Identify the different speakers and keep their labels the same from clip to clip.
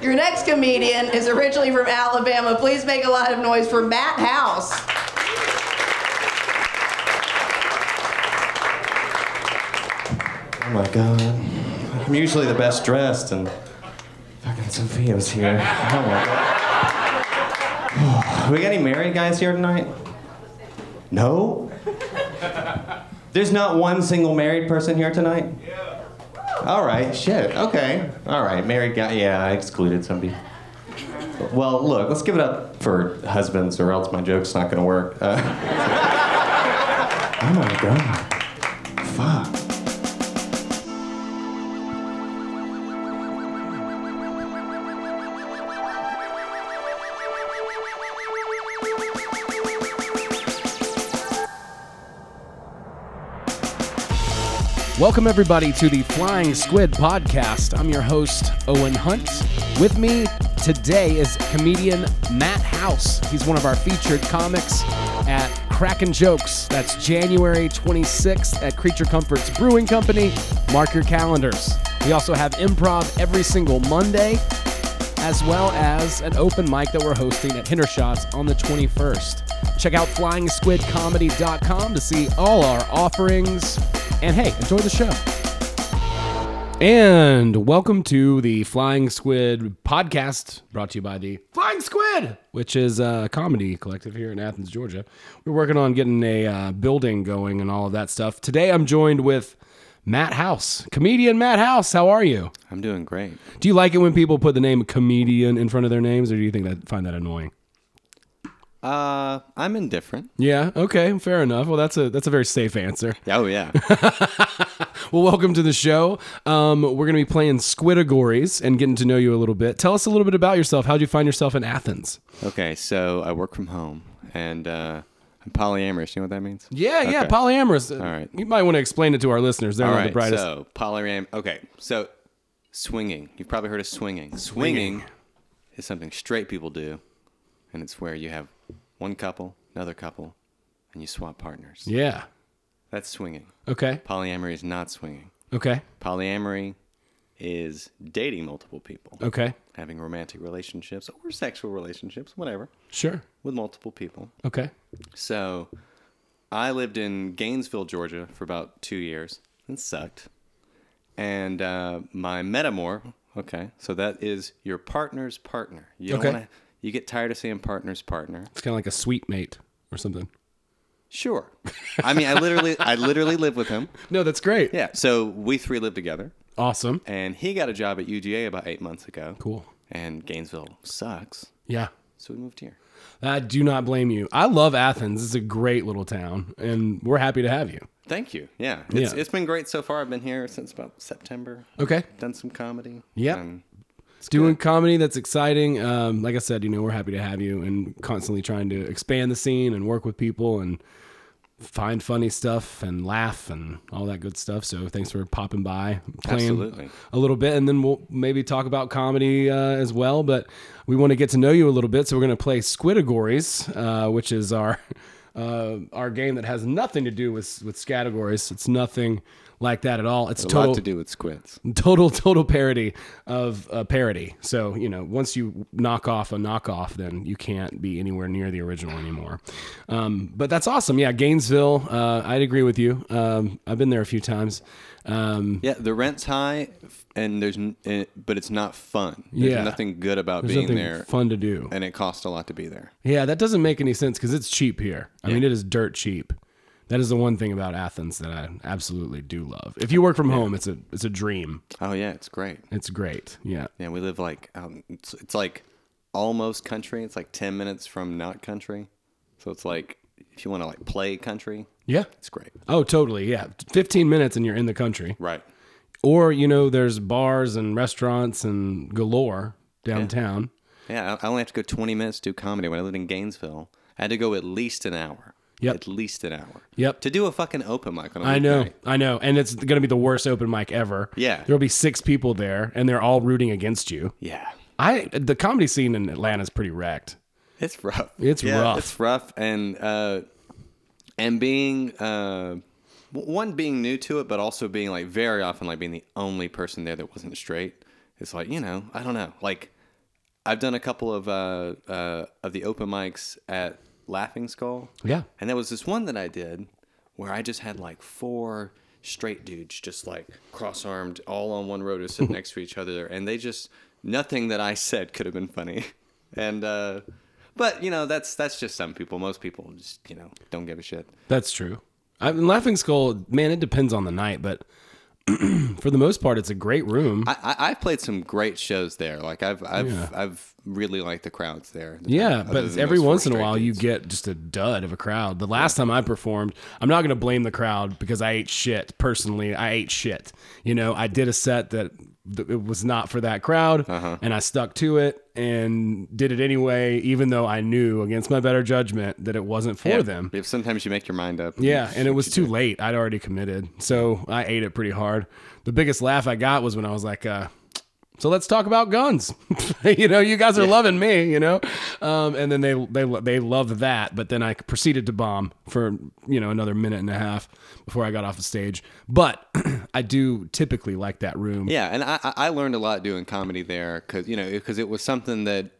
Speaker 1: Your next comedian is originally from Alabama. Please make a lot of noise for Matt House.
Speaker 2: Oh my god. I'm usually the best dressed, and fucking Sophia's here. Oh my god. We got any married guys here tonight? No? There's not one single married person here tonight? Yeah. All right, shit, okay. All right, married guy, yeah, I excluded some people. Well, look, let's give it up for husbands, or else my joke's not gonna work. Uh, oh my god. Fuck.
Speaker 3: Welcome, everybody, to the Flying Squid podcast. I'm your host, Owen Hunt. With me today is comedian Matt House. He's one of our featured comics at Kraken Jokes. That's January 26th at Creature Comforts Brewing Company. Mark your calendars. We also have improv every single Monday, as well as an open mic that we're hosting at Hendershots on the 21st. Check out flyingsquidcomedy.com to see all our offerings. And hey, enjoy the show. And welcome to the Flying Squid podcast, brought to you by the Flying Squid, which is a comedy collective here in Athens, Georgia. We're working on getting a uh, building going and all of that stuff. Today, I'm joined with Matt House, comedian Matt House. How are you?
Speaker 4: I'm doing great.
Speaker 3: Do you like it when people put the name comedian in front of their names, or do you think that find that annoying?
Speaker 4: Uh, I'm indifferent.
Speaker 3: Yeah. Okay. Fair enough. Well, that's a that's a very safe answer.
Speaker 4: Oh yeah.
Speaker 3: Well, welcome to the show. Um, we're going to be playing Squidagories and getting to know you a little bit. Tell us a little bit about yourself. How'd you find yourself in Athens?
Speaker 4: okay, so I work from home and uh, I'm polyamorous. You know what that means?
Speaker 3: Yeah, yeah,
Speaker 4: Okay.
Speaker 3: polyamorous. All
Speaker 4: right.
Speaker 3: You might want to explain it to our listeners. They're
Speaker 4: All
Speaker 3: not
Speaker 4: right.
Speaker 3: the brightest.
Speaker 4: So polyam. Okay, so swinging. You've probably heard of swinging. Swinging is something straight people do, and it's where you have one couple, another couple, and you swap partners.
Speaker 3: Yeah.
Speaker 4: That's swinging.
Speaker 3: Okay.
Speaker 4: Polyamory is not swinging.
Speaker 3: Okay.
Speaker 4: Polyamory is dating multiple people,
Speaker 3: Okay.
Speaker 4: having romantic relationships or sexual relationships, whatever,
Speaker 3: Sure.
Speaker 4: with multiple people.
Speaker 3: Okay.
Speaker 4: So I lived in Gainesville, Georgia for about two years. It sucked. And uh, my metamor, okay, so that is your partner's partner. You don't
Speaker 3: Okay.
Speaker 4: wanna, you get tired of saying partner's partner.
Speaker 3: It's kind of like a sweet mate or something.
Speaker 4: Sure. I mean, I literally, I literally live with him.
Speaker 3: No, that's great.
Speaker 4: Yeah. So we three live together,
Speaker 3: Awesome.
Speaker 4: and he got a job at UGA about eight months ago.
Speaker 3: Cool.
Speaker 4: And Gainesville sucks,
Speaker 3: Yeah.
Speaker 4: so we moved here.
Speaker 3: I do not blame you. I love Athens. It's a great little town, and we're happy to have you.
Speaker 4: Thank you. Yeah. It's,
Speaker 3: Yeah.
Speaker 4: it's been great so far. I've been here since about September.
Speaker 3: Okay.
Speaker 4: Done some comedy.
Speaker 3: Yep.
Speaker 4: and-
Speaker 3: doing comedy that's exciting um, like i said you know we're happy to have you and constantly trying to expand the scene and work with people and find funny stuff and laugh and all that good stuff so thanks for popping by playing
Speaker 4: Absolutely.
Speaker 3: a little bit and then we'll maybe talk about comedy uh, as well but we want to get to know you a little bit so we're going to play squidagories uh, which is our uh, our game that has nothing to do with with categories it's nothing like that at all it's
Speaker 4: a
Speaker 3: total
Speaker 4: lot to do with squids.
Speaker 3: total total parody of a parody so you know once you knock off a knockoff then you can't be anywhere near the original anymore um, but that's awesome yeah gainesville uh, i'd agree with you um, i've been there a few times um,
Speaker 4: Yeah, the rent's high, f- and there's n- eh, but it's not fun. There's
Speaker 3: Yeah.
Speaker 4: nothing good about
Speaker 3: there's
Speaker 4: being
Speaker 3: nothing
Speaker 4: there,
Speaker 3: fun to do
Speaker 4: and it costs a lot to be there.
Speaker 3: yeah that doesn't make any sense because it's cheap here i mean it is dirt cheap that is the one thing about athens that i absolutely do love if you work from home it's a it's a dream
Speaker 4: Oh yeah, it's great.
Speaker 3: it's great yeah
Speaker 4: Yeah, we live like out. in- It's, it's like almost country. It's like ten minutes from not country, so it's like if you want to like play country,
Speaker 3: yeah
Speaker 4: it's great.
Speaker 3: oh totally yeah 15 minutes and you're in the country
Speaker 4: Right.
Speaker 3: or you know there's bars and restaurants and galore downtown
Speaker 4: Yeah, I I only have to go twenty minutes to do comedy. When I lived in Gainesville, I had to go at least an hour.
Speaker 3: Yep.
Speaker 4: At least an hour.
Speaker 3: Yep.
Speaker 4: To do a fucking open mic on a
Speaker 3: i know
Speaker 4: weeknight.
Speaker 3: i know and it's gonna be the worst open mic ever
Speaker 4: Yeah.
Speaker 3: there'll be six people there and they're all rooting against you
Speaker 4: Yeah.
Speaker 3: i the comedy scene in atlanta is pretty wrecked
Speaker 4: It's rough.
Speaker 3: It's rough.
Speaker 4: It's rough, and uh, and being uh, w- one being new to it, but also being like very often like being the only person there that wasn't straight. It's like you know, I don't know, like I've done a couple of uh, uh, of the open mics at Laughing Skull.
Speaker 3: Yeah.
Speaker 4: And there was this one that I did where I just had like four straight dudes just like cross armed all on one row to sit next to each other and they just nothing that I said could have been funny. And uh but you know, that's that's just some people. Most people just, you know, don't give a shit.
Speaker 3: That's true. I mean, Laughing Skull, man, it depends on the night, but for the most part, it's a great room.
Speaker 4: I, I I've played some great shows there. Like I've I've I've really liked the crowds there.
Speaker 3: yeah,
Speaker 4: Other
Speaker 3: but
Speaker 4: than
Speaker 3: every
Speaker 4: those four
Speaker 3: once in a
Speaker 4: straight
Speaker 3: while,
Speaker 4: dudes.
Speaker 3: you get just a dud of a crowd. The last time I performed, I'm not going to blame the crowd because I ate shit personally. I ate shit. You know, I did a set that th- it was not for that crowd,
Speaker 4: Uh-huh.
Speaker 3: and I stuck to it and did it anyway, even though I knew against my better judgment that it wasn't for
Speaker 4: Yeah,
Speaker 3: them.
Speaker 4: If sometimes you make your mind up.
Speaker 3: Yeah, and it was too late. I'd already committed, so I ate it pretty hard. The biggest laugh I got was when I was like, uh, "So let's talk about guns." you know, you guys are loving me. You know, um, and then they they they loved that, but then I proceeded to bomb for you know another minute and a half before I got off the stage. But I do typically like that room.
Speaker 4: Yeah, and I, I I learned a lot doing comedy there because you know because it was something that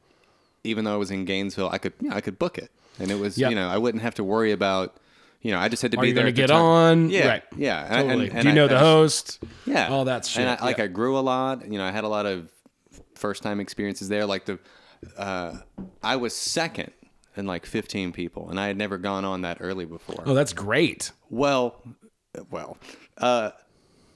Speaker 4: even though I was in Gainesville, I could you know, I could book it, and it was
Speaker 3: Yeah.
Speaker 4: you know I wouldn't have to worry about you know I just had to
Speaker 3: Are
Speaker 4: be
Speaker 3: you
Speaker 4: there.
Speaker 3: going to
Speaker 4: at the
Speaker 3: get
Speaker 4: time.
Speaker 3: on?
Speaker 4: Yeah,
Speaker 3: right.
Speaker 4: yeah. and-
Speaker 3: Totally.
Speaker 4: and- and
Speaker 3: do you
Speaker 4: I-
Speaker 3: know the
Speaker 4: I-
Speaker 3: host?
Speaker 4: Yeah,
Speaker 3: all that shit.
Speaker 4: And I, like
Speaker 3: Yeah.
Speaker 4: I grew a lot. You know, I had a lot of first time experiences there. Like the, uh, I was second in like 15 people, and I had never gone on that early before.
Speaker 3: oh, that's great.
Speaker 4: Well, well, uh,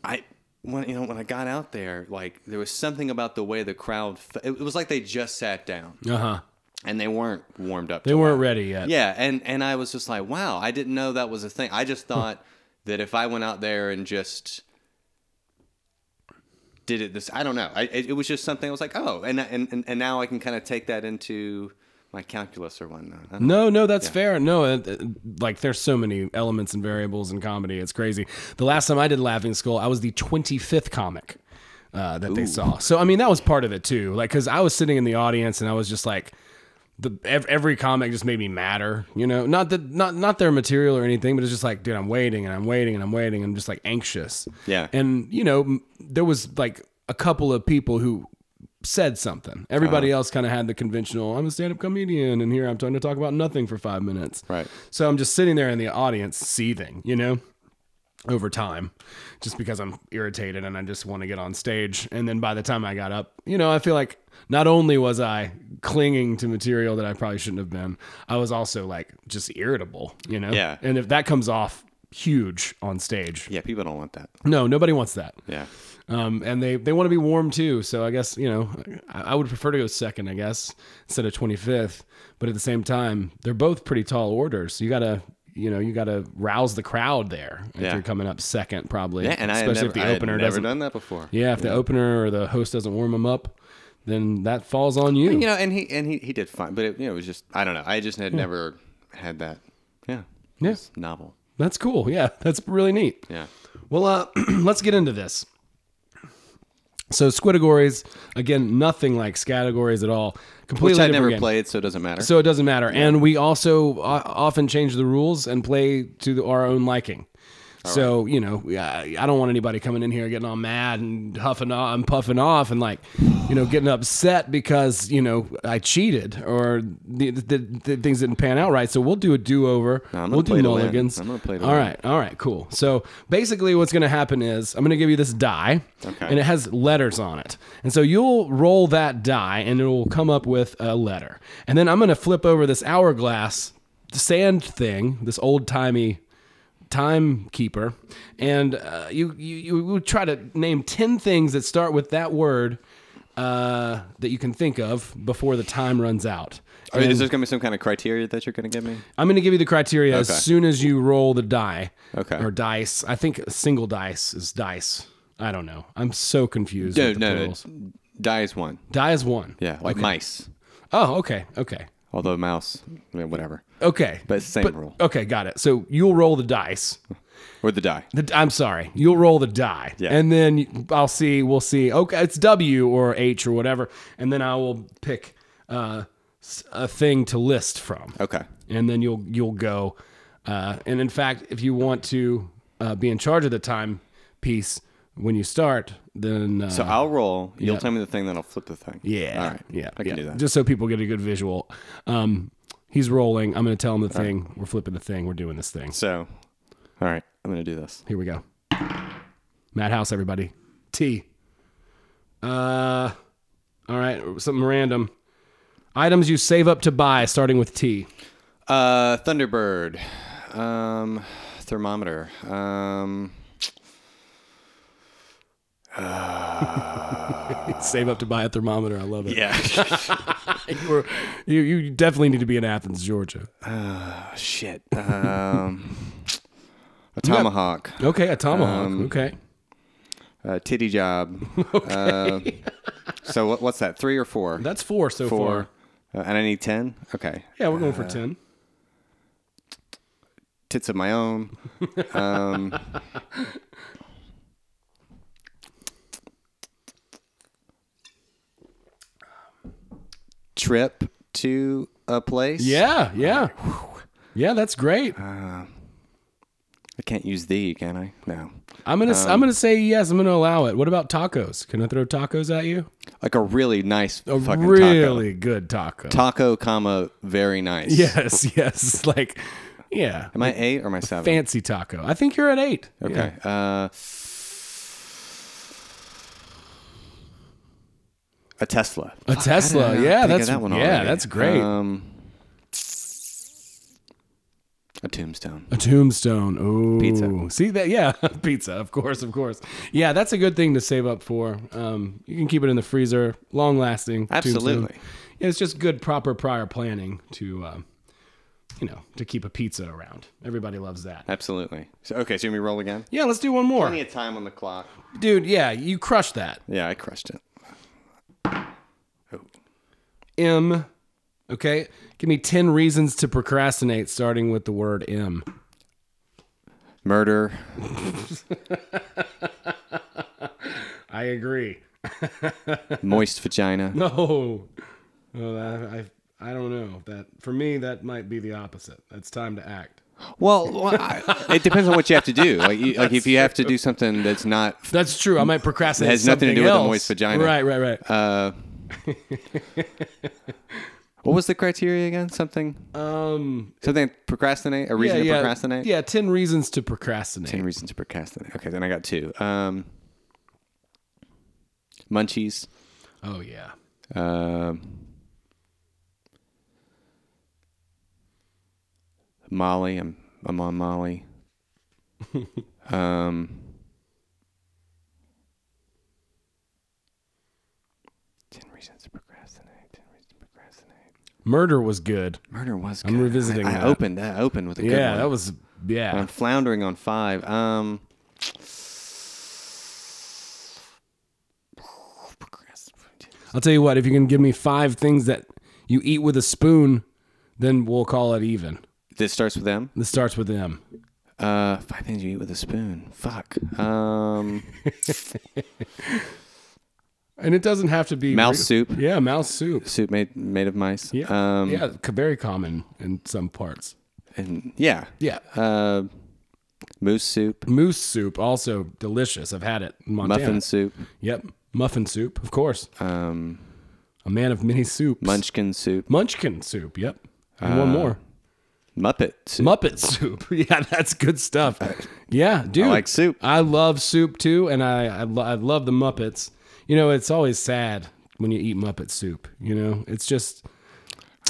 Speaker 4: I when you know when I got out there, like there was something about the way the crowd. Fe- it was like they just sat down
Speaker 3: Uh huh.
Speaker 4: and they weren't warmed up.
Speaker 3: They weren't ready yet.
Speaker 4: yeah, and and I was just like, wow, I didn't know that was a thing. I just thought that if I went out there and just did it this, I don't know. I, it, it was just something. I was like, oh, and and and- and now I can kind of take that into my calculus or whatnot. I don't
Speaker 3: No, no, that's fair. No, uh, uh, like there's so many elements and variables in comedy. It's crazy. The last time I did Laughing Skull, I was the 25th comic uh, that they saw. So I mean, that was part of it too. Like, cause I was sitting in the audience and I was just like, the ev- every comic just made me matter. You know, not that not not their material or anything, but it's just like, dude, I'm waiting and I'm waiting and I'm waiting. I'm just like anxious.
Speaker 4: Yeah.
Speaker 3: And you know, m- there was like a couple of people who said something. Everybody
Speaker 4: Uh-huh.
Speaker 3: else kind of had the conventional, I'm a stand up comedian, and here I'm trying to talk about nothing for five minutes.
Speaker 4: Right.
Speaker 3: So I'm just sitting there in the audience seething, you know, over time, just because I'm irritated and I just want to get on stage. And then by the time I got up, you know, I feel like not only was I clinging to material that I probably shouldn't have been, I was also like just irritable, you know?
Speaker 4: Yeah.
Speaker 3: And if that comes off huge on stage,
Speaker 4: yeah, people don't want that.
Speaker 3: no, nobody wants that.
Speaker 4: Yeah.
Speaker 3: Um, and they, they want to be warm too. So I guess, you know, I, I would prefer to go second, I guess, instead of 25th. But at the same time, they're both pretty tall orders. You got to, you know, you got to rouse the crowd there if
Speaker 4: Yeah.
Speaker 3: you're coming up second, probably.
Speaker 4: Yeah, and I had never,
Speaker 3: especially if the
Speaker 4: I had
Speaker 3: opener
Speaker 4: never
Speaker 3: doesn't.
Speaker 4: done that before.
Speaker 3: yeah, if the opener or the host doesn't warm them up, then that falls on you.
Speaker 4: You know, and he and he, he did fine, but it, you know, it was just I don't know. I just had never had that. Yeah.
Speaker 3: Yeah.
Speaker 4: It's novel.
Speaker 3: That's cool. Yeah, that's really neat.
Speaker 4: Yeah.
Speaker 3: Well, uh, let's get into this. So, Squidagories, again, nothing like Scatagories at all. Completely
Speaker 4: Which I
Speaker 3: different
Speaker 4: never
Speaker 3: game.
Speaker 4: played, so it doesn't matter.
Speaker 3: So it doesn't matter. And we also uh, often change the rules and play to the, our own liking. so, you know, we- I, I don't want anybody coming in here getting all mad and huffing off and puffing off and like, you know, getting upset because, you know, I cheated or the, the, the things didn't pan out right. So we'll do a do over.
Speaker 4: No, I'm gonna
Speaker 3: we'll do
Speaker 4: play to win.
Speaker 3: mulligans.
Speaker 4: I'm gonna play to
Speaker 3: All
Speaker 4: win.
Speaker 3: right. All right. Cool. So basically, what's going to happen is I'm going to give you this die,
Speaker 4: Okay.
Speaker 3: and it has letters on it. And so you'll roll that die, and it will come up with a letter. And then I'm going to flip over this hourglass sand thing, this old timey timekeeper, and uh, you, you you will try to name ten things that start with that word. Uh, that you can think of before the time runs out.
Speaker 4: Or is there gonna be some kind of criteria that you're gonna give me?
Speaker 3: I'm going to give you the criteria
Speaker 4: Okay.
Speaker 3: as soon as you roll the die.
Speaker 4: Okay.
Speaker 3: Or dice. I think a single dice is dice. I don't know. I'm so confused.
Speaker 4: No,
Speaker 3: with the
Speaker 4: no, no.
Speaker 3: plurals.
Speaker 4: Die is one.
Speaker 3: Die is one.
Speaker 4: Yeah, like mice.
Speaker 3: Oh, okay. Okay.
Speaker 4: Although mouse, yeah, whatever.
Speaker 3: Okay.
Speaker 4: But it's the same rule.
Speaker 3: Okay, got it. So you'll roll the dice.
Speaker 4: Or the die.
Speaker 3: The, I'm sorry. You'll roll the die.
Speaker 4: Yeah.
Speaker 3: And then I'll see. We'll see. Okay. It's W or H or whatever. And then I will pick uh, s- a thing to list from.
Speaker 4: Okay.
Speaker 3: and then you'll you'll go. Uh, and in fact, if you want to uh, be in charge of the time piece, when you start, then uh,
Speaker 4: So I'll roll. You'll
Speaker 3: yeah.
Speaker 4: tell me the thing, then I'll flip the thing.
Speaker 3: yeah,
Speaker 4: All right.
Speaker 3: yeah,
Speaker 4: I can
Speaker 3: yeah.
Speaker 4: do that.
Speaker 3: Just so people get a good visual. Um, he's rolling. I'm going to tell him the thing. We're flipping the thing. We're doing this thing.
Speaker 4: so, all right. I'm going to do this.
Speaker 3: Here we go. Madhouse, everybody. T. Uh, all right, something random. Items you save up to buy, starting with T.
Speaker 4: Uh, Thunderbird. Um, thermometer. Um, Ah.
Speaker 3: save up to buy a thermometer. I love it.
Speaker 4: yeah.
Speaker 3: You, were- you, you definitely need to be in Athens, Georgia.
Speaker 4: Shit. Um, a tomahawk.
Speaker 3: Okay, a tomahawk.
Speaker 4: Um,
Speaker 3: okay.
Speaker 4: A titty job. Uh, so what, what's that? Three or four?
Speaker 3: That's four so far.
Speaker 4: four. Uh, and I need ten. Okay.
Speaker 3: Yeah, we're going for 10.
Speaker 4: Tits of my own. Um, trip to a place.
Speaker 3: Yeah, yeah. Yeah, that's great.
Speaker 4: Uh, I can't use the, can I? No.
Speaker 3: I'm gonna
Speaker 4: um,
Speaker 3: I'm gonna say yes. I'm gonna allow it. What about tacos? Can I throw tacos at you?
Speaker 4: Like a really nice
Speaker 3: A
Speaker 4: fucking
Speaker 3: really good
Speaker 4: taco.
Speaker 3: taco.
Speaker 4: Taco, comma, very nice.
Speaker 3: Yes, yes. Like, yeah.
Speaker 4: Am I eight or am I seven?
Speaker 3: Fancy taco. I think you're at eight.
Speaker 4: Okay. Uh, a Tesla.
Speaker 3: A Tesla.
Speaker 4: did I not
Speaker 3: yeah,
Speaker 4: think of
Speaker 3: that's
Speaker 4: that one
Speaker 3: yeah,
Speaker 4: already?
Speaker 3: that's great.
Speaker 4: Um, a tombstone.
Speaker 3: a tombstone. Oh,
Speaker 4: Pizza.
Speaker 3: See that? Yeah, pizza. Of course, of course. Yeah, that's a good thing to save up for. Um, you can keep it in the freezer, long lasting.
Speaker 4: Absolutely.
Speaker 3: Yeah, it's just good, proper prior planning to, uh, you know, to keep a pizza around. Everybody loves that.
Speaker 4: Absolutely. So, okay, so you want me to roll again?
Speaker 3: Yeah, let's do one more,
Speaker 4: Plenty of time on the clock.
Speaker 3: dude. Yeah, you crushed that.
Speaker 4: Yeah, I crushed it.
Speaker 3: M. Okay, give me ten reasons to procrastinate, starting with the word M.
Speaker 4: Murder.
Speaker 3: I agree.
Speaker 4: Moist vagina.
Speaker 3: No. No, that, I I don't know. That for me that might be the opposite. That's time to act.
Speaker 4: Well, well, I, it depends on what you have to do. Like, you, like if you have to do something that's not
Speaker 3: That's true. I might procrastinate.
Speaker 4: It has nothing to do
Speaker 3: something
Speaker 4: with a
Speaker 3: else.
Speaker 4: moist vagina.
Speaker 3: Right, right, right.
Speaker 4: Uh, what was the criteria again? Something.
Speaker 3: um,
Speaker 4: Something procrastinate. A reason
Speaker 3: yeah,
Speaker 4: to
Speaker 3: yeah,
Speaker 4: procrastinate.
Speaker 3: Yeah, ten reasons to procrastinate.
Speaker 4: Ten reasons to procrastinate. Okay, then I got two. Um, munchies.
Speaker 3: Oh yeah.
Speaker 4: Um, Molly. I'm I'm on Molly. um. Ten reasons to procrastinate. Ten reasons to procrastinate.
Speaker 3: Murder was good.
Speaker 4: Murder was. Good.
Speaker 3: I'm revisiting
Speaker 4: I, I
Speaker 3: that.
Speaker 4: opened that. I opened with a good
Speaker 3: yeah,
Speaker 4: one.
Speaker 3: that was yeah.
Speaker 4: I'm floundering on five. Um.
Speaker 3: I'll tell you what, if you can give me five things that you eat with a spoon, then we'll call it even.
Speaker 4: This starts with M.
Speaker 3: This starts with M.
Speaker 4: Uh, five things you eat with a spoon. Fuck. Um,
Speaker 3: And it doesn't have to be
Speaker 4: mouse soup.
Speaker 3: Yeah, mouse soup.
Speaker 4: Soup made made of mice.
Speaker 3: Yeah,
Speaker 4: Um,
Speaker 3: yeah, c- very common in some parts.
Speaker 4: And yeah.
Speaker 3: Yeah,
Speaker 4: Uh, moose soup.
Speaker 3: moose soup also delicious. I've had it in Montana.
Speaker 4: Muffin soup.
Speaker 3: Yep, muffin soup, of course.
Speaker 4: Um,
Speaker 3: A man of many soups.
Speaker 4: munchkin soup.
Speaker 3: Munchkin soup. Yep, and
Speaker 4: Uh,
Speaker 3: one more
Speaker 4: Muppet soup.
Speaker 3: Muppet soup. Yeah, that's good stuff. Yeah, dude,
Speaker 4: like soup.
Speaker 3: I love soup too, and I I, lo- I love the Muppets. You know, it's always sad when you eat Muppet soup. You know, it's just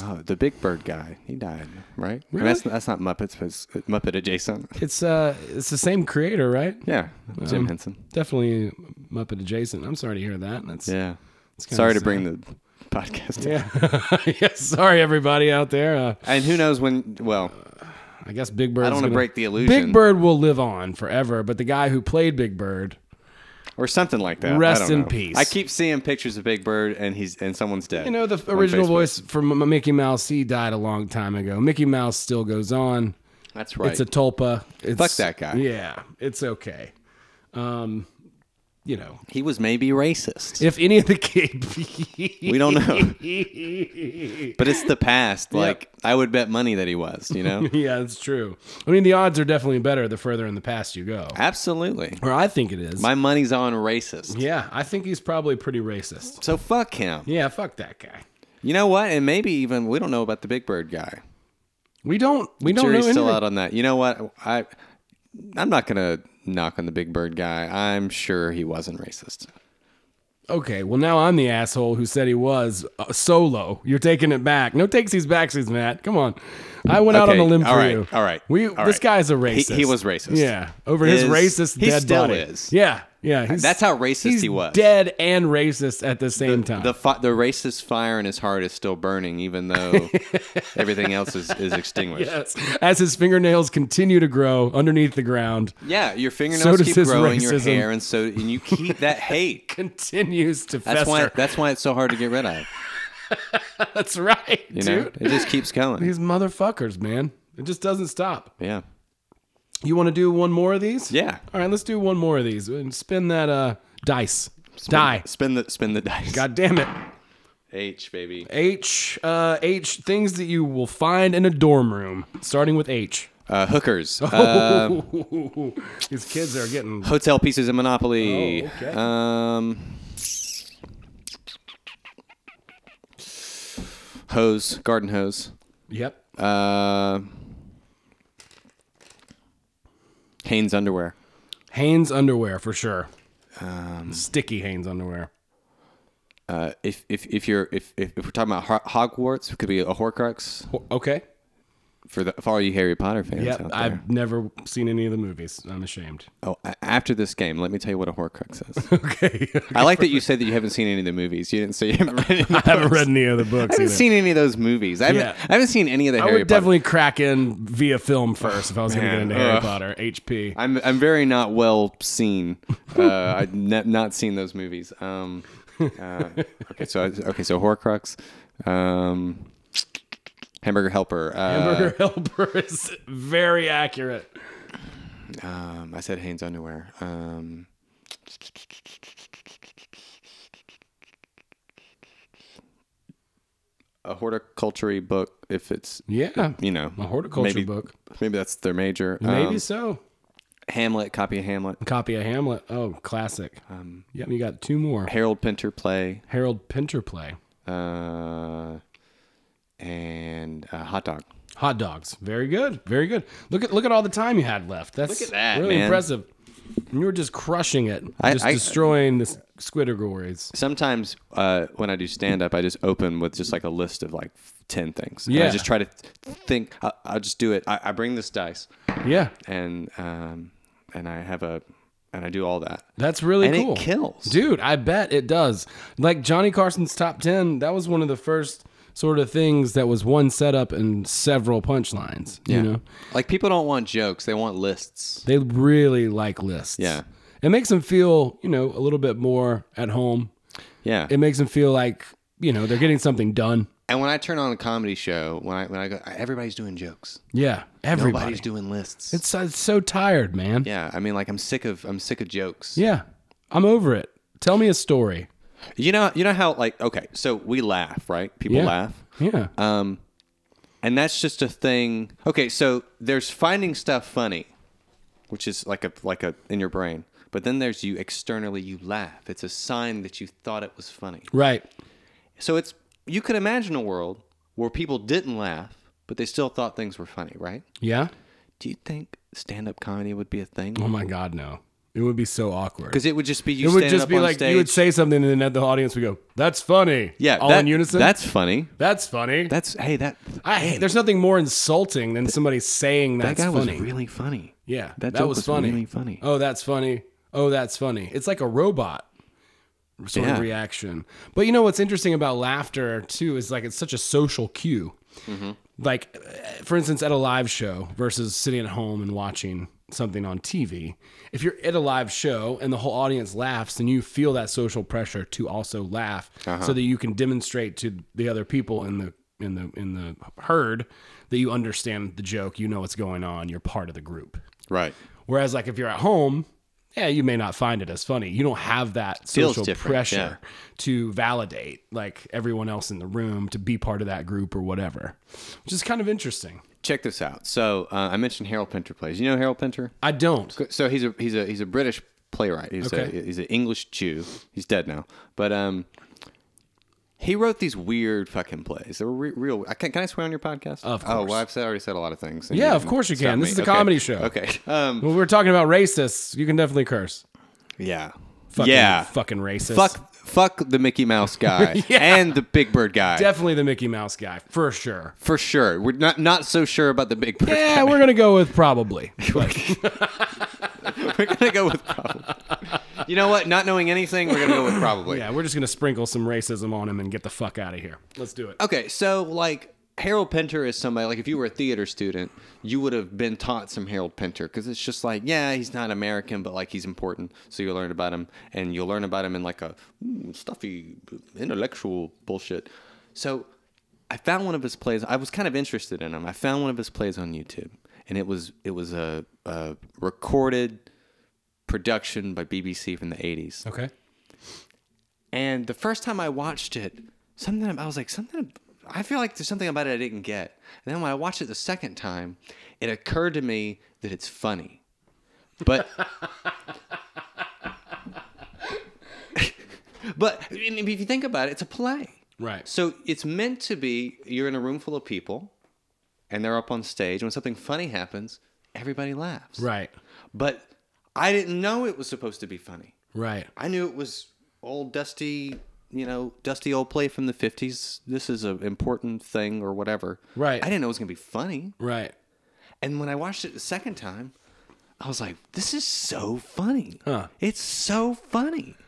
Speaker 4: oh, the Big Bird guy. He died, right? I mean, that's that's not Muppets, but it's Muppet adjacent.
Speaker 3: it's uh it's the same creator, right?
Speaker 4: Yeah. Jim Henson.
Speaker 3: Definitely Muppet adjacent. I'm sorry to hear that. That's
Speaker 4: Yeah.
Speaker 3: kinda
Speaker 4: Sorry to
Speaker 3: sad.
Speaker 4: bring the podcast. down.
Speaker 3: yeah, sorry everybody out there. Uh,
Speaker 4: And who knows when? Well,
Speaker 3: I guess Big Bird.
Speaker 4: I don't want to break the illusion.
Speaker 3: Big Bird will live on forever, but the guy who played Big Bird,
Speaker 4: or something like that. I
Speaker 3: Rest
Speaker 4: don't
Speaker 3: in
Speaker 4: know.
Speaker 3: peace.
Speaker 4: I keep seeing pictures of Big Bird, and he's and someone's dead.
Speaker 3: you know, the
Speaker 4: on
Speaker 3: original
Speaker 4: Facebook.
Speaker 3: voice from M- Mickey Mouse, he died a long time ago. Mickey Mouse still goes on.
Speaker 4: That's right.
Speaker 3: It's a tulpa. It's,
Speaker 4: Fuck that guy.
Speaker 3: Yeah, it's okay. Um, you know,
Speaker 4: He was maybe racist.
Speaker 3: if any of the kids,
Speaker 4: we don't know. but it's the past. Like I would bet money that he was. You know,
Speaker 3: yeah, that's true. I mean, the odds are definitely better the further in the past you go,
Speaker 4: absolutely.
Speaker 3: or I think it is.
Speaker 4: My money's on racist.
Speaker 3: yeah, I think he's probably pretty racist.
Speaker 4: So fuck him.
Speaker 3: Yeah, fuck that guy.
Speaker 4: You know what? And maybe even we don't know about the Big Bird guy.
Speaker 3: We don't. We don't know
Speaker 4: Jury's
Speaker 3: anything.
Speaker 4: still out on that. You know what? I I'm not gonna knock on the Big Bird guy. I'm sure he wasn't racist.
Speaker 3: Okay, well now I'm the asshole who said he was uh, solo. You're taking it back. No takesies backsies, Matt. Come on. I went out on
Speaker 4: Okay,
Speaker 3: a limb
Speaker 4: all
Speaker 3: for
Speaker 4: right,
Speaker 3: you.
Speaker 4: all right,
Speaker 3: We
Speaker 4: all
Speaker 3: this
Speaker 4: right.
Speaker 3: guy's a
Speaker 4: He-
Speaker 3: racist.
Speaker 4: he was racist.
Speaker 3: Yeah. Over his
Speaker 4: Is-
Speaker 3: racist
Speaker 4: he
Speaker 3: dead
Speaker 4: still
Speaker 3: body.
Speaker 4: is.
Speaker 3: Yeah. Yeah. he's-
Speaker 4: That's how racist
Speaker 3: he's
Speaker 4: he was.
Speaker 3: Dead and racist at the same time.
Speaker 4: The fi- the racist fire in his heart is still burning, even though everything else is, is extinguished.
Speaker 3: yes. As his fingernails continue to grow underneath the ground,
Speaker 4: Yeah, your fingernails
Speaker 3: So does
Speaker 4: keep
Speaker 3: his
Speaker 4: growing, your
Speaker 3: racism.
Speaker 4: hair, and so and you keep that hate.
Speaker 3: continues to
Speaker 4: That's
Speaker 3: fester.
Speaker 4: why that's why it's so hard to get rid of.
Speaker 3: That's right,
Speaker 4: You know,
Speaker 3: dude.
Speaker 4: it just keeps going.
Speaker 3: These motherfuckers, man. It just doesn't stop.
Speaker 4: yeah,
Speaker 3: You want to do one more of these?
Speaker 4: Yeah.
Speaker 3: All right, let's do one more of these and spin that uh dice. Die.
Speaker 4: Spin the spin the dice.
Speaker 3: God damn it.
Speaker 4: H baby.
Speaker 3: H uh H things that you will find in a dorm room, starting with H.
Speaker 4: Uh,
Speaker 3: Oh.
Speaker 4: hookers. Uh,
Speaker 3: These kids are getting
Speaker 4: hotel pieces in Monopoly.
Speaker 3: Oh, okay.
Speaker 4: Um, hose, garden hose.
Speaker 3: Yep.
Speaker 4: Uh, Hanes underwear.
Speaker 3: Hanes underwear for sure. Um, Sticky Hanes underwear.
Speaker 4: Uh, if if if you're if, if, if we're talking about Ho- Hogwarts, it could be a Horcrux
Speaker 3: Ho- Okay.
Speaker 4: for the for all you Harry Potter fans
Speaker 3: Yep.
Speaker 4: out there.
Speaker 3: I've never seen any of the movies. I'm ashamed.
Speaker 4: Oh, a- after this game, let me tell you what a Horcrux is.
Speaker 3: Okay.
Speaker 4: I like that you said that you haven't seen any of the movies. You didn't say you haven't read any. Of
Speaker 3: I haven't read any of the
Speaker 4: I
Speaker 3: books.
Speaker 4: haven't
Speaker 3: either.
Speaker 4: seen any of those movies. I haven't,
Speaker 3: Yeah.
Speaker 4: I haven't seen any of the
Speaker 3: I
Speaker 4: Harry
Speaker 3: would
Speaker 4: Potter.
Speaker 3: definitely crack in via film first if I was going to get
Speaker 4: Man,
Speaker 3: into Harry
Speaker 4: ugh.
Speaker 3: Potter. HP.
Speaker 4: I'm I'm very not well seen. Uh, I've ne- not seen those movies. Um, uh, okay, so okay, so Horcrux, um, Hamburger Helper. Uh,
Speaker 3: Hamburger Helper is very accurate.
Speaker 4: um, I said Hanes underwear. Um, a horticulture book, if it's
Speaker 3: Yeah.
Speaker 4: you know
Speaker 3: A horticulture
Speaker 4: maybe-
Speaker 3: book.
Speaker 4: Maybe that's their major.
Speaker 3: Maybe
Speaker 4: Um,
Speaker 3: so.
Speaker 4: Hamlet, copy of Hamlet.
Speaker 3: Copy of Hamlet. Oh, classic. Um, yep, you got two more.
Speaker 4: Harold Pinter play.
Speaker 3: Harold Pinter play.
Speaker 4: uh, and a hot dog.
Speaker 3: Hot dogs. Very good. Very good. Look at look at all the time you had left. That's
Speaker 4: Look at that,
Speaker 3: really
Speaker 4: man.
Speaker 3: impressive. And you were just crushing it.
Speaker 4: I-
Speaker 3: just
Speaker 4: I-
Speaker 3: destroying this squidigories.
Speaker 4: Sometimes uh, when I do stand up, I just open with just like a list of like ten things. And
Speaker 3: Yeah.
Speaker 4: I just try to th- think. I, I'll just do it. I, I bring this dice,
Speaker 3: Yeah.
Speaker 4: and um, and I have a, and I do all that.
Speaker 3: That's really
Speaker 4: And it
Speaker 3: cool.
Speaker 4: kills.
Speaker 3: Dude, I bet it does. Like Johnny Carson's top 10, that was one of the first sort of things that was one setup and several punchlines, you know.
Speaker 4: Like people don't want jokes; they want lists.
Speaker 3: They really like lists.
Speaker 4: Yeah.
Speaker 3: It makes them feel, you know, a little bit more at home.
Speaker 4: Yeah.
Speaker 3: It makes them feel like, you know, they're getting something done.
Speaker 4: and when I turn on a comedy show, when I when I go, everybody's doing jokes.
Speaker 3: Yeah. Everybody.
Speaker 4: Everybody's doing lists.
Speaker 3: It's, I'm so tired, man.
Speaker 4: yeah. I mean, like I'm sick of I'm sick of jokes.
Speaker 3: Yeah. I'm over it. Tell me a story.
Speaker 4: You know, you know how like okay, so we laugh, right? People
Speaker 3: Yeah.
Speaker 4: laugh,
Speaker 3: Yeah.
Speaker 4: Uh, and that's just a thing. Okay, so there's finding stuff funny, which is like a like a in your brain, but then there's you externally you laugh. It's a sign that you thought it was funny.
Speaker 3: right.
Speaker 4: So it's you could imagine a world where people didn't laugh, but they still thought things were funny, right?
Speaker 3: Yeah.
Speaker 4: Do you think stand-up comedy would be a thing?
Speaker 3: Oh my god, no. It would be so awkward.
Speaker 4: Because it would just be you.
Speaker 3: It would
Speaker 4: standing
Speaker 3: just
Speaker 4: up
Speaker 3: be
Speaker 4: on
Speaker 3: like
Speaker 4: stage.
Speaker 3: you would say something, and then the audience would go, "That's funny."
Speaker 4: yeah,
Speaker 3: all
Speaker 4: that-
Speaker 3: in unison.
Speaker 4: That's funny.
Speaker 3: that's funny.
Speaker 4: That's hey, that
Speaker 3: I hate. There's nothing more insulting than somebody saying
Speaker 4: that
Speaker 3: that's
Speaker 4: guy
Speaker 3: funny.
Speaker 4: was really funny.
Speaker 3: yeah,
Speaker 4: that,
Speaker 3: that,
Speaker 4: joke
Speaker 3: was funny.
Speaker 4: really funny.
Speaker 3: Oh, that's funny. Oh, that's funny. It's like a robot sort of
Speaker 4: Yeah.
Speaker 3: reaction. But you know what's interesting about laughter too is like it's such a social cue.
Speaker 4: Mm-hmm.
Speaker 3: Like, uh, for instance, at a live show versus sitting at home and watching something on TV. If you're at a live show and the whole audience laughs, then you feel that social pressure to also laugh,
Speaker 4: Uh-huh.
Speaker 3: so that you can demonstrate to the other people in the in the in the herd that you understand the joke, you know what's going on, you're part of the group.
Speaker 4: Right.
Speaker 3: Whereas like if you're at home yeah, you may not find it as funny. You don't have that
Speaker 4: Feels
Speaker 3: social
Speaker 4: different,
Speaker 3: pressure to validate like everyone else in the room to be part of that group or whatever, which is kind of interesting.
Speaker 4: Check this out. So uh, I mentioned Harold Pinter plays. You know Harold Pinter?
Speaker 3: I don't.
Speaker 4: So he's a he's a he's a British playwright. He's
Speaker 3: Okay.
Speaker 4: a he's an English Jew. He's dead now, but um, he wrote these weird fucking plays. They were re- real. I can, can I swear on your podcast?
Speaker 3: Of
Speaker 4: Oh
Speaker 3: course.
Speaker 4: well, I've said, already said a lot of things. and
Speaker 3: Yeah,
Speaker 4: you
Speaker 3: of course you
Speaker 4: stop
Speaker 3: can. This
Speaker 4: me.
Speaker 3: is a
Speaker 4: Okay.
Speaker 3: comedy show.
Speaker 4: Okay. Um.
Speaker 3: Well, we're talking about racists. You can definitely curse.
Speaker 4: Yeah.
Speaker 3: Fucking,
Speaker 4: yeah.
Speaker 3: Fucking racist.
Speaker 4: Fuck. Fuck the Mickey Mouse guy
Speaker 3: Yeah.
Speaker 4: and the Big Bird guy.
Speaker 3: Definitely the Mickey Mouse guy for sure.
Speaker 4: for sure. We're not not so sure about the Big Bird.
Speaker 3: Yeah,
Speaker 4: guy.
Speaker 3: we're gonna go with probably.
Speaker 4: we're gonna go with probably. You know what? Not knowing anything, we're gonna go with probably.
Speaker 3: Yeah, we're just gonna sprinkle some racism on him and get the fuck out of here. Let's do it.
Speaker 4: Okay, so like Harold Pinter is somebody like if you were a theater student, you would have been taught some Harold Pinter because it's just like yeah, he's not American, but like he's important, so you'll learn about him, and you'll learn about him in like a "Ooh, stuffy intellectual bullshit. So I found one of his plays. I was kind of interested in him. I found one of his plays on YouTube, and it was it was a, a recorded production by BBC from the '80s.
Speaker 3: Okay.
Speaker 4: And the first time I watched it, something I was like, something. I feel like there's something about it I didn't get. And then when I watched it the second time, it occurred to me that it's funny, but. But I mean, if you think about it, it's a play.
Speaker 3: Right.
Speaker 4: So it's meant to be you're in a room full of people and they're up on stage. And when something funny happens, everybody laughs.
Speaker 3: Right.
Speaker 4: But I didn't know it was supposed to be funny.
Speaker 3: Right.
Speaker 4: I knew it was old dusty, you know, dusty old play from the 50s. This is an important thing or whatever.
Speaker 3: Right.
Speaker 4: I didn't know it was going to be funny.
Speaker 3: Right.
Speaker 4: And when I watched it the second time, I was like, this is so funny.
Speaker 3: Huh.
Speaker 4: It's so funny.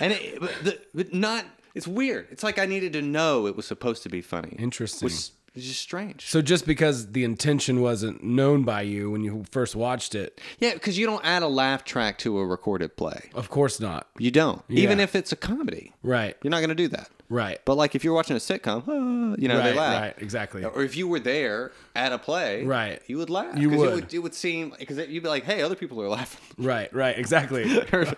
Speaker 4: and it, but, the, but not, it's weird. It's like I needed to know it was supposed to be funny.
Speaker 3: Interesting.
Speaker 4: Which is just strange.
Speaker 3: So just because the intention wasn't known by you when you first watched it,
Speaker 4: yeah, because you don't add a laugh track to a recorded play.
Speaker 3: of course not.
Speaker 4: You don't. Even
Speaker 3: Yeah.
Speaker 4: if it's a comedy.
Speaker 3: Right.
Speaker 4: You're not going to do that.
Speaker 3: Right.
Speaker 4: But like if you're watching a sitcom, "Ah," you know,
Speaker 3: right.
Speaker 4: they laugh.
Speaker 3: Right. Exactly.
Speaker 4: Or if you were there at a play,
Speaker 3: Right.
Speaker 4: you would laugh.
Speaker 3: You
Speaker 4: 'Cause
Speaker 3: would.
Speaker 4: It would. It would seem because you'd be like, "Hey, other people are laughing."
Speaker 3: Right. Right. Exactly.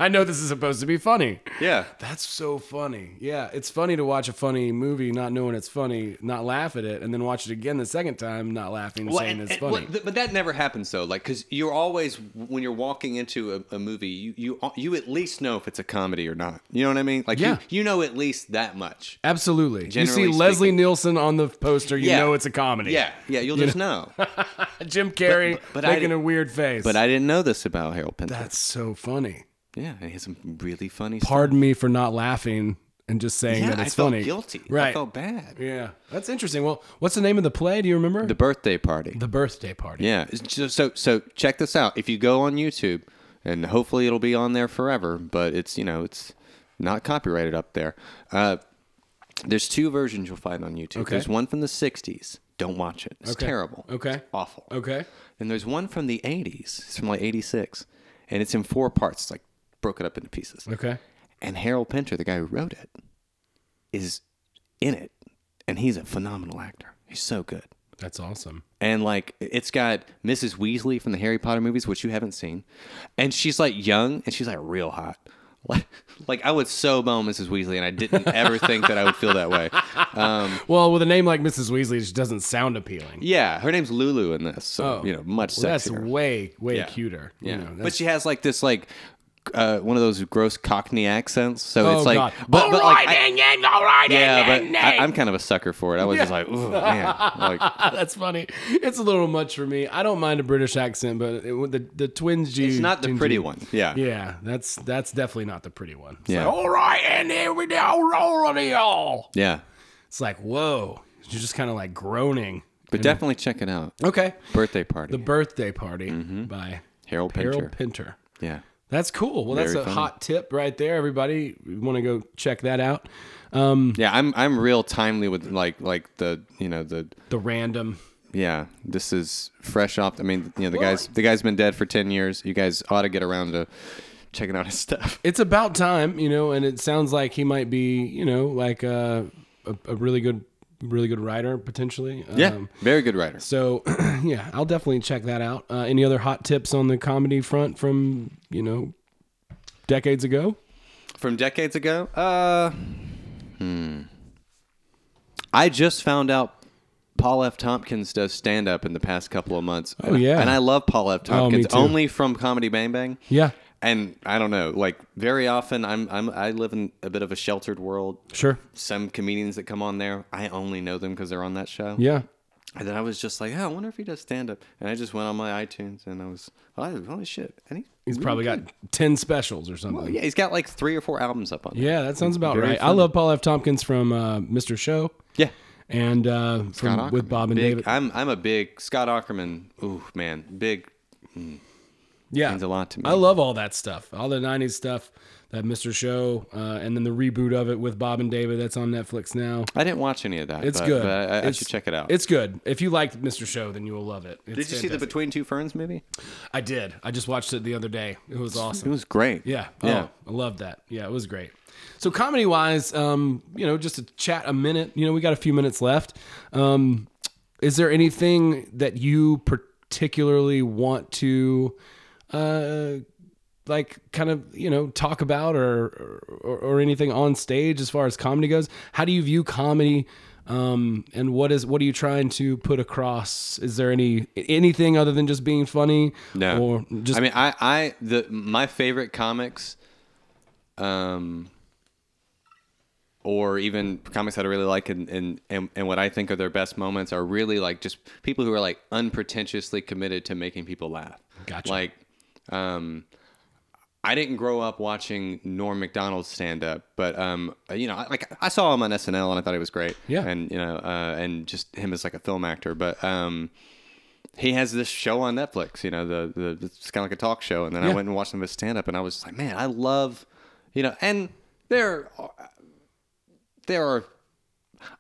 Speaker 3: I know this is supposed to be funny.
Speaker 4: Yeah,
Speaker 3: That's so funny. Yeah, it's funny to watch a funny movie not knowing it's funny, not laugh at it, and then watch it again the second time, not laughing, saying
Speaker 4: and-
Speaker 3: it's
Speaker 4: and-
Speaker 3: funny.
Speaker 4: well, th- but that never happens though. Like, because you're always when you're walking into a, a movie, you you you at least know if it's a comedy or not. You know what I mean? Like,
Speaker 3: Yeah.
Speaker 4: you, you know at least that much.
Speaker 3: Absolutely. You see
Speaker 4: Generally
Speaker 3: Leslie
Speaker 4: speaking.
Speaker 3: Nielsen on the poster, you
Speaker 4: Yeah.
Speaker 3: know it's a comedy.
Speaker 4: Yeah, yeah, you'll just know.
Speaker 3: Jim Carrey
Speaker 4: But- but- but I
Speaker 3: making a
Speaker 4: didn't-
Speaker 3: weird face.
Speaker 4: But I didn't know this about Harold Pinter.
Speaker 3: That's so funny.
Speaker 4: yeah, and he has some really funny. stuff.
Speaker 3: Pardon me for not laughing and just saying
Speaker 4: Yeah,
Speaker 3: that it's
Speaker 4: I felt
Speaker 3: funny.
Speaker 4: guilty.
Speaker 3: Right.
Speaker 4: I felt bad.
Speaker 3: Yeah. That's interesting. Well, what's the name of the play? Do you remember?
Speaker 4: The birthday party.
Speaker 3: The birthday party.
Speaker 4: Yeah. it's ju- So so check this out. If you go on YouTube, and hopefully it'll be on there forever, but it's you know it's not copyrighted up there. Uh, there's two versions you'll find on YouTube.
Speaker 3: Okay.
Speaker 4: There's one from the '60s. Don't watch it. It's
Speaker 3: Okay.
Speaker 4: terrible.
Speaker 3: Okay.
Speaker 4: It's awful.
Speaker 3: Okay.
Speaker 4: And there's one from the '80s. It's from like '86, and it's in four parts. It's like broken up into pieces.
Speaker 3: Okay.
Speaker 4: And Harold Pinter, the guy who wrote it, is in it, and he's a phenomenal actor. He's so good
Speaker 3: That's awesome.
Speaker 4: and like it's got Mrs. Weasley from the Harry Potter movies, which you haven't seen, and she's like young and she's like real hot. Like, like I would so bone Mrs. Weasley, and I didn't ever think that I would feel that way.
Speaker 3: Well, with a name like Mrs. Weasley, it just doesn't sound appealing.
Speaker 4: Yeah, her name's Lulu in this, so you know much
Speaker 3: Oh. Well, that's
Speaker 4: sexier.
Speaker 3: way, way
Speaker 4: Yeah.
Speaker 3: cuter. You
Speaker 4: yeah,
Speaker 3: know,
Speaker 4: but
Speaker 3: that's-
Speaker 4: she has like this like uh, one of those gross Cockney accents, so
Speaker 3: Oh,
Speaker 4: it's like,
Speaker 3: God.
Speaker 4: but, but like, I-
Speaker 3: all right,
Speaker 4: yeah, but I, I'm kind of a sucker for it. I was just like, oh man, like
Speaker 3: that's funny. It's a little much for me. I don't mind a British accent, but it, the the twins G.
Speaker 4: it's not the pretty one. Yeah,
Speaker 3: Yeah, that's that's definitely not the pretty one. It's
Speaker 4: Yeah.
Speaker 3: like, all right, and here we go, roll on y'all.
Speaker 4: yeah,
Speaker 3: It's like whoa, you're just kind of like groaning.
Speaker 4: but definitely check it out.
Speaker 3: Okay,
Speaker 4: Birthday party,
Speaker 3: the birthday party by
Speaker 4: Harold Mm-hmm. Pinter.
Speaker 3: Harold Pinter.
Speaker 4: yeah.
Speaker 3: That's cool. Well, that's
Speaker 4: Very
Speaker 3: a
Speaker 4: funny.
Speaker 3: hot tip right there, everybody. You want to go check that out?
Speaker 4: Yeah, I'm I'm real timely with like like the you know the
Speaker 3: The random
Speaker 4: yeah this is fresh off. I mean you know the guys the guy's been dead for ten years. You guys ought to get around to checking out his stuff.
Speaker 3: it's about time, you know, and it sounds like he might be, you know, like uh, a a, a really good really good writer potentially.
Speaker 4: Yeah,
Speaker 3: Um,
Speaker 4: very good writer.
Speaker 3: so yeah, I'll definitely check that out. Uh, any other hot tips on the comedy front from you know decades ago?
Speaker 4: From decades ago? Uh, hmm. I just found out Paul F. Tompkins does stand up in the past couple of months.
Speaker 3: Oh, yeah.
Speaker 4: And I love Paul F.
Speaker 3: Oh, me
Speaker 4: Tompkins
Speaker 3: too.
Speaker 4: only from Comedy Bang Bang.
Speaker 3: Yeah,
Speaker 4: And I don't know, like very often I'm I'm I live in a bit of a sheltered world.
Speaker 3: sure.
Speaker 4: Some comedians that come on there, I only know them because they're on that show.
Speaker 3: Yeah,
Speaker 4: And then I was just like, oh, I wonder if he does stand up. And I just went on my iTunes and I was, oh, holy shit. And he,
Speaker 3: he's probably got ten specials or something.
Speaker 4: oh, yeah, he's got like three or four albums up on there.
Speaker 3: Yeah, that sounds about
Speaker 2: Very
Speaker 3: right. I
Speaker 2: funny.
Speaker 3: love Paul F. Tompkins from uh, Mr. Show
Speaker 4: Yeah.
Speaker 3: and uh,
Speaker 4: Scott
Speaker 3: from with
Speaker 4: Aukerman.
Speaker 3: Bob and
Speaker 4: Big-
Speaker 3: David.
Speaker 4: I'm I'm a big Scott Ackerman. Ooh man, big.
Speaker 3: yeah,
Speaker 4: means a lot to me.
Speaker 3: I love all that stuff, all the '90s stuff. That Mr. Show, uh, and then the reboot of it with Bob and David that's on Netflix now.
Speaker 4: I didn't watch any of that.
Speaker 3: It's
Speaker 4: but-
Speaker 3: good.
Speaker 4: But I, I
Speaker 3: It's-
Speaker 4: should check it out.
Speaker 3: It's good. If you liked Mr. Show, then you will love it.
Speaker 4: Did
Speaker 3: It's
Speaker 4: you see the
Speaker 3: fantastic.
Speaker 4: Between Two Ferns movie?
Speaker 3: I did. I just watched it the other day. It was
Speaker 4: It
Speaker 3: awesome.
Speaker 4: was great.
Speaker 3: Yeah.
Speaker 4: Yeah.
Speaker 3: Oh, I love that. Yeah, it was great. So comedy wise, um, you know, just to chat a minute. You know, we got a few minutes left. Um, is there anything that you particularly want to, uh, like, kind of you know talk about or, or or anything on stage as far as comedy goes? How do you view comedy? Um, and what is what are you trying to put across? Is there any anything other than just being funny?
Speaker 4: No.
Speaker 3: Or just
Speaker 4: I mean, I I the my favorite comics, um, or even comics that I really like and and and, and what I think are their best moments are really like just people who are like unpretentiously committed to making people laugh.
Speaker 3: Gotcha.
Speaker 4: Like, um. I didn't grow up watching Norm Macdonald stand up, but um, you know, I, like I saw him on SNL and I thought he was great.
Speaker 3: Yeah.
Speaker 4: and you know, uh, and just him as like a film actor, but um, he has this show on Netflix, you know, the, the it's kind of like a talk show. And then
Speaker 3: Yeah.
Speaker 4: I went and watched him stand up, and I was just like, man, I love, you know, and there, are- there are,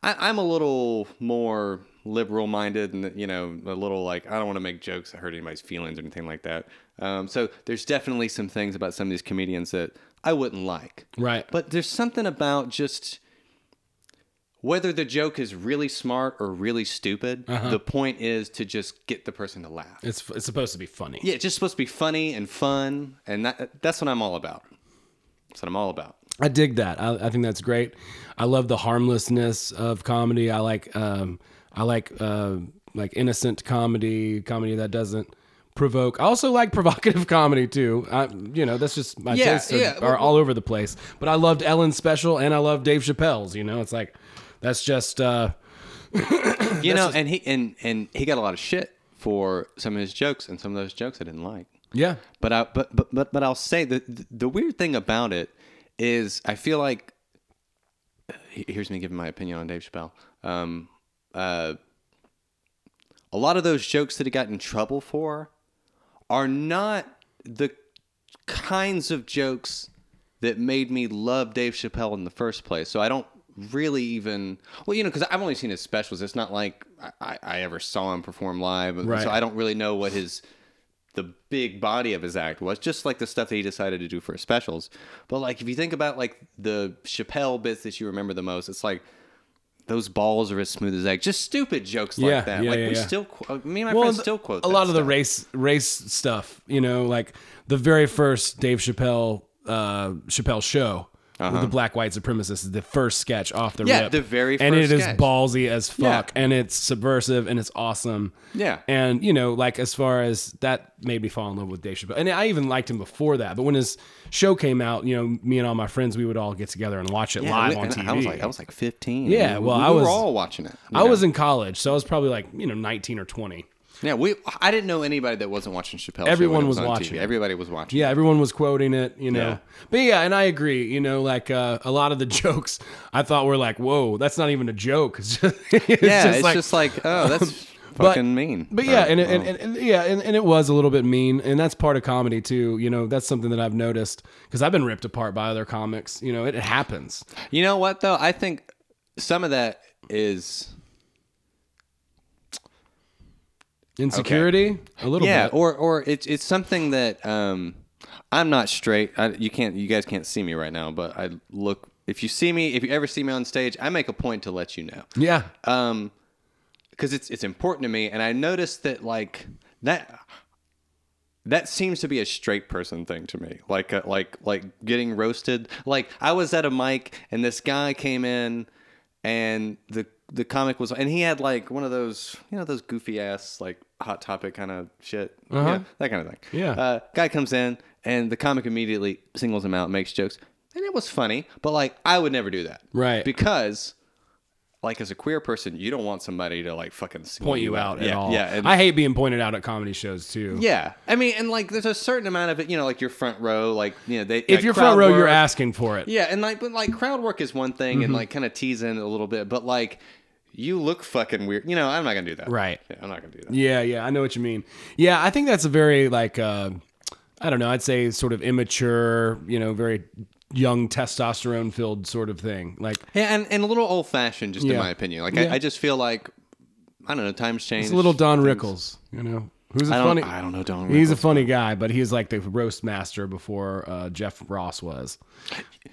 Speaker 4: I, I'm a little more liberal minded and, you know, a little like, I don't want to make jokes that hurt anybody's feelings or anything like that. Um, so there's definitely some things about some of these comedians that I wouldn't like.
Speaker 3: right.
Speaker 4: But there's something about just whether the joke is really smart or really stupid, the point is to just get the person to laugh.
Speaker 3: It's it's supposed to be funny.
Speaker 4: yeah, it's just supposed to be funny and fun, and that, that's what I'm all about. That's what I'm all about.
Speaker 3: I dig that. I, I think that's great. I love the harmlessness of comedy. I like um, I like uh, like innocent comedy, comedy that doesn't provoke. I also like provocative comedy too. I, you know, that's just my
Speaker 4: Yeah,
Speaker 3: tastes are,
Speaker 4: yeah.
Speaker 3: are all over the place. But I loved Ellen's special, and I love Dave Chappelle's. You know, it's like that's just uh,
Speaker 4: You know, and he and and he got a lot of shit for some of his jokes, and some of those jokes I didn't like.
Speaker 3: yeah,
Speaker 4: But I but but but, but I'll say that the, the weird thing about it is I feel like here's me giving my opinion on Dave Chappelle. Um, uh, a lot of those jokes that he got in trouble for are not the kinds of jokes that made me love Dave Chappelle in the first place. So I don't really even well, you know, because I've only seen his specials. It's not like I, I, I ever saw him perform live,
Speaker 3: Right.
Speaker 4: so I don't really know what his the big body of his act was just like the stuff that he decided to do for his specials but like if you think about like the chappelle bits that you remember the most it's like those balls are as smooth as egg just stupid jokes
Speaker 3: Yeah,
Speaker 4: like that
Speaker 3: yeah,
Speaker 4: like
Speaker 3: yeah,
Speaker 4: we
Speaker 3: yeah.
Speaker 4: still qu- me and my
Speaker 3: Well,
Speaker 4: friends
Speaker 3: the-
Speaker 4: still quote
Speaker 3: a
Speaker 4: that
Speaker 3: lot of the
Speaker 4: stuff.
Speaker 3: race race stuff. You know, like the very first Dave Chappelle uh, Chappelle show. With the black white supremacists is the first sketch off the
Speaker 4: Uh-huh. Yeah,
Speaker 3: rip.
Speaker 4: the very
Speaker 3: and it
Speaker 4: first
Speaker 3: is
Speaker 4: sketch.
Speaker 3: ballsy as
Speaker 4: Yeah.
Speaker 3: fuck, and it's subversive and it's awesome.
Speaker 4: Yeah.
Speaker 3: and you know, like as far as that made me fall in love with Dave Chappelle, and I even liked him before that. But when his show came out, you know, me and all my friends, we would all get together and watch it
Speaker 4: Yeah,
Speaker 3: live
Speaker 4: we-
Speaker 3: on
Speaker 4: and
Speaker 3: TV.
Speaker 4: I was like, I was like 15.
Speaker 3: Yeah,
Speaker 4: We-
Speaker 3: well,
Speaker 4: we,
Speaker 3: I was-
Speaker 4: were all watching it. you
Speaker 3: I
Speaker 4: know?
Speaker 3: was in college, so I was probably like you know nineteen or twenty.
Speaker 4: Yeah, we. I didn't know anybody that wasn't watching Chappelle.
Speaker 3: Everyone
Speaker 4: show when it
Speaker 3: was
Speaker 4: on
Speaker 3: watching
Speaker 4: TV.
Speaker 3: it.
Speaker 4: Everybody was watching.
Speaker 3: Yeah, everyone was quoting it, you know.
Speaker 4: Yeah.
Speaker 3: But yeah, and I agree. You know, like uh, a lot of the jokes, I thought were like, "Whoa, that's not even a joke." It's just, it's
Speaker 4: yeah.
Speaker 3: just
Speaker 4: it's
Speaker 3: like-
Speaker 4: just like, oh, that's
Speaker 3: but-
Speaker 4: fucking mean.
Speaker 3: But yeah,
Speaker 4: Or,
Speaker 3: and, it- and,
Speaker 4: oh.
Speaker 3: and, and yeah, and, and it was a little bit mean, and that's part of comedy too. You know, that's something that I've noticed because I've been ripped apart by other comics. You know, it, happens.
Speaker 4: You know what though? I think some of that is
Speaker 3: Insecurity, a little
Speaker 4: yeah,
Speaker 3: bit.
Speaker 4: or or it's it's something that um I'm not straight. I, you can't you guys can't see me right now, but I look If you see me, if you ever see me on stage, I make a point to let you know
Speaker 3: Yeah.
Speaker 4: because Um, it's it's important to me. And I noticed that like that that seems to be a straight person thing to me. Like uh, like like getting roasted. Like I was at a mic and this guy came in and the the comic was and he had like one of those you know those goofy ass like hot topic kind of shit You
Speaker 3: Uh-huh.
Speaker 4: know, that kind of thing.
Speaker 3: Yeah.
Speaker 4: Uh, guy comes in and the comic immediately singles him out, makes jokes, and it was funny. But like I would never do that,
Speaker 3: Right.
Speaker 4: Because like as a queer person, you don't want somebody to like fucking single
Speaker 3: point you out at
Speaker 4: yeah,
Speaker 3: all.
Speaker 4: Yeah, and-
Speaker 3: I hate being pointed out at comedy shows too.
Speaker 4: yeah, I mean, and like, there's a certain amount of it, you know, like your front row, like you know, they
Speaker 3: If
Speaker 4: like,
Speaker 3: you're front
Speaker 4: crowd
Speaker 3: row,
Speaker 4: work.
Speaker 3: you're Mm-hmm. asking for it.
Speaker 4: Yeah, and like, but like, crowd work is one thing, and like, kind of teasing a little bit, but like, you look fucking weird. You know, I'm not gonna do that.
Speaker 3: Right.
Speaker 4: Yeah, I'm not gonna do that.
Speaker 3: Yeah, yeah, I know what you mean. Yeah, I think that's a very like uh, I don't know, I'd say sort of immature, you know, very young testosterone filled sort of thing. Like
Speaker 4: Yeah, and, and a little old fashioned, just
Speaker 3: Yeah.
Speaker 4: in my opinion. Like,
Speaker 3: Yeah.
Speaker 4: I, I just feel like, I don't know, times change.
Speaker 3: it's a little Don Rickles, you know. Who's a
Speaker 4: I don't,
Speaker 3: funny
Speaker 4: I don't know, Don.
Speaker 3: He's a
Speaker 4: Rickles.
Speaker 3: funny guy, but he's like the roast master before uh, Jeff Ross was.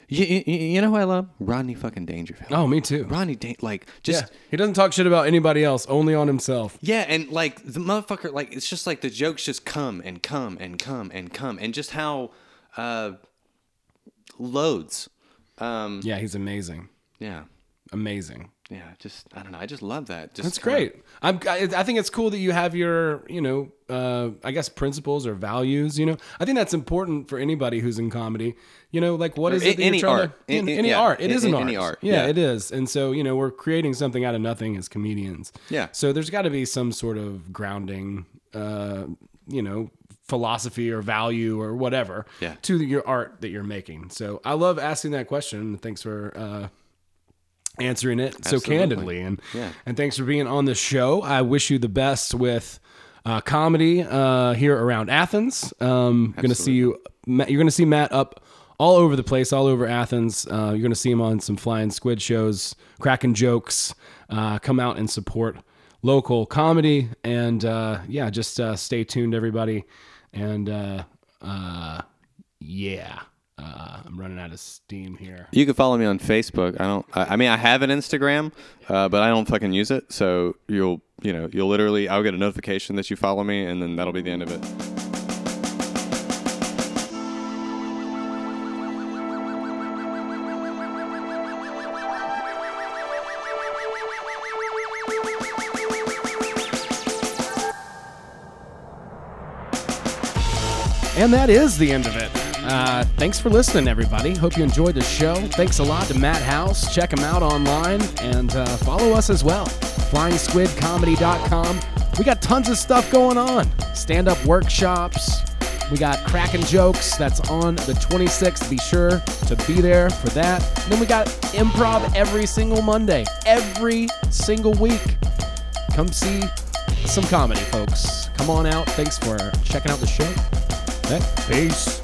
Speaker 4: You, you, you know who I love? Rodney fucking Dangerfield.
Speaker 3: Oh, me too.
Speaker 4: Rodney, Dan- like,
Speaker 3: Yeah.
Speaker 4: just
Speaker 3: He doesn't talk shit about anybody else, only on himself.
Speaker 4: Yeah, and like the motherfucker, like it's just like the jokes just come and come and come and come, and just how uh loads. Um
Speaker 3: Yeah, he's amazing.
Speaker 4: Yeah,
Speaker 3: Amazing.
Speaker 4: yeah. Just I don't know. I just love that. Just
Speaker 3: That's great. I'm, I, I think it's cool that you have your, you know, uh, I guess principles or values. You know, I think that's important for anybody who's in comedy. You know, like what is
Speaker 4: a-
Speaker 3: it? That
Speaker 4: any
Speaker 3: you're trying
Speaker 4: art.
Speaker 3: To, in,
Speaker 4: A- a-
Speaker 3: any
Speaker 4: yeah.
Speaker 3: art. It
Speaker 4: A-
Speaker 3: is
Speaker 4: a-
Speaker 3: an art.
Speaker 4: any art,
Speaker 3: Yeah,
Speaker 4: yeah.
Speaker 3: it is. And so you know, we're creating something out of nothing as comedians.
Speaker 4: Yeah.
Speaker 3: So there's got to be some sort of grounding, uh, you know, philosophy or value or whatever
Speaker 4: Yeah.
Speaker 3: to your art that you're making. So I love asking that question. Thanks for. Uh, answering it so
Speaker 4: Absolutely.
Speaker 3: candidly and
Speaker 4: Yeah.
Speaker 3: and thanks for being on the show i wish you the best with uh, comedy uh, here around athens um, gonna see you Ma- you're gonna see matt up all over the place all over athens uh, you're gonna see him on some flying squid shows cracking jokes uh, come out and support local comedy and uh, yeah just uh, stay tuned everybody and uh, uh, yeah uh, i'm running out of steam here
Speaker 4: You can follow me on Facebook. I don't. I, I mean, I have an Instagram, uh, but I don't fucking use it. So you'll, you know, you'll literally, I'll get a notification that you follow me, and then that'll be the end of it.
Speaker 3: And that is the end of it. Uh, thanks for listening, everybody. Hope you enjoyed the show. Thanks a lot to Matt House. Check him out online and uh, follow us as well. FlyingSquidComedy.com. We got tons of stuff going on. Stand up workshops. We got Cracking Jokes. That's on the 26th. Be sure to be there for that. And then we got improv every single Monday, every single week come see some comedy, folks. Come on out. Thanks for checking out the show. Hey, peace.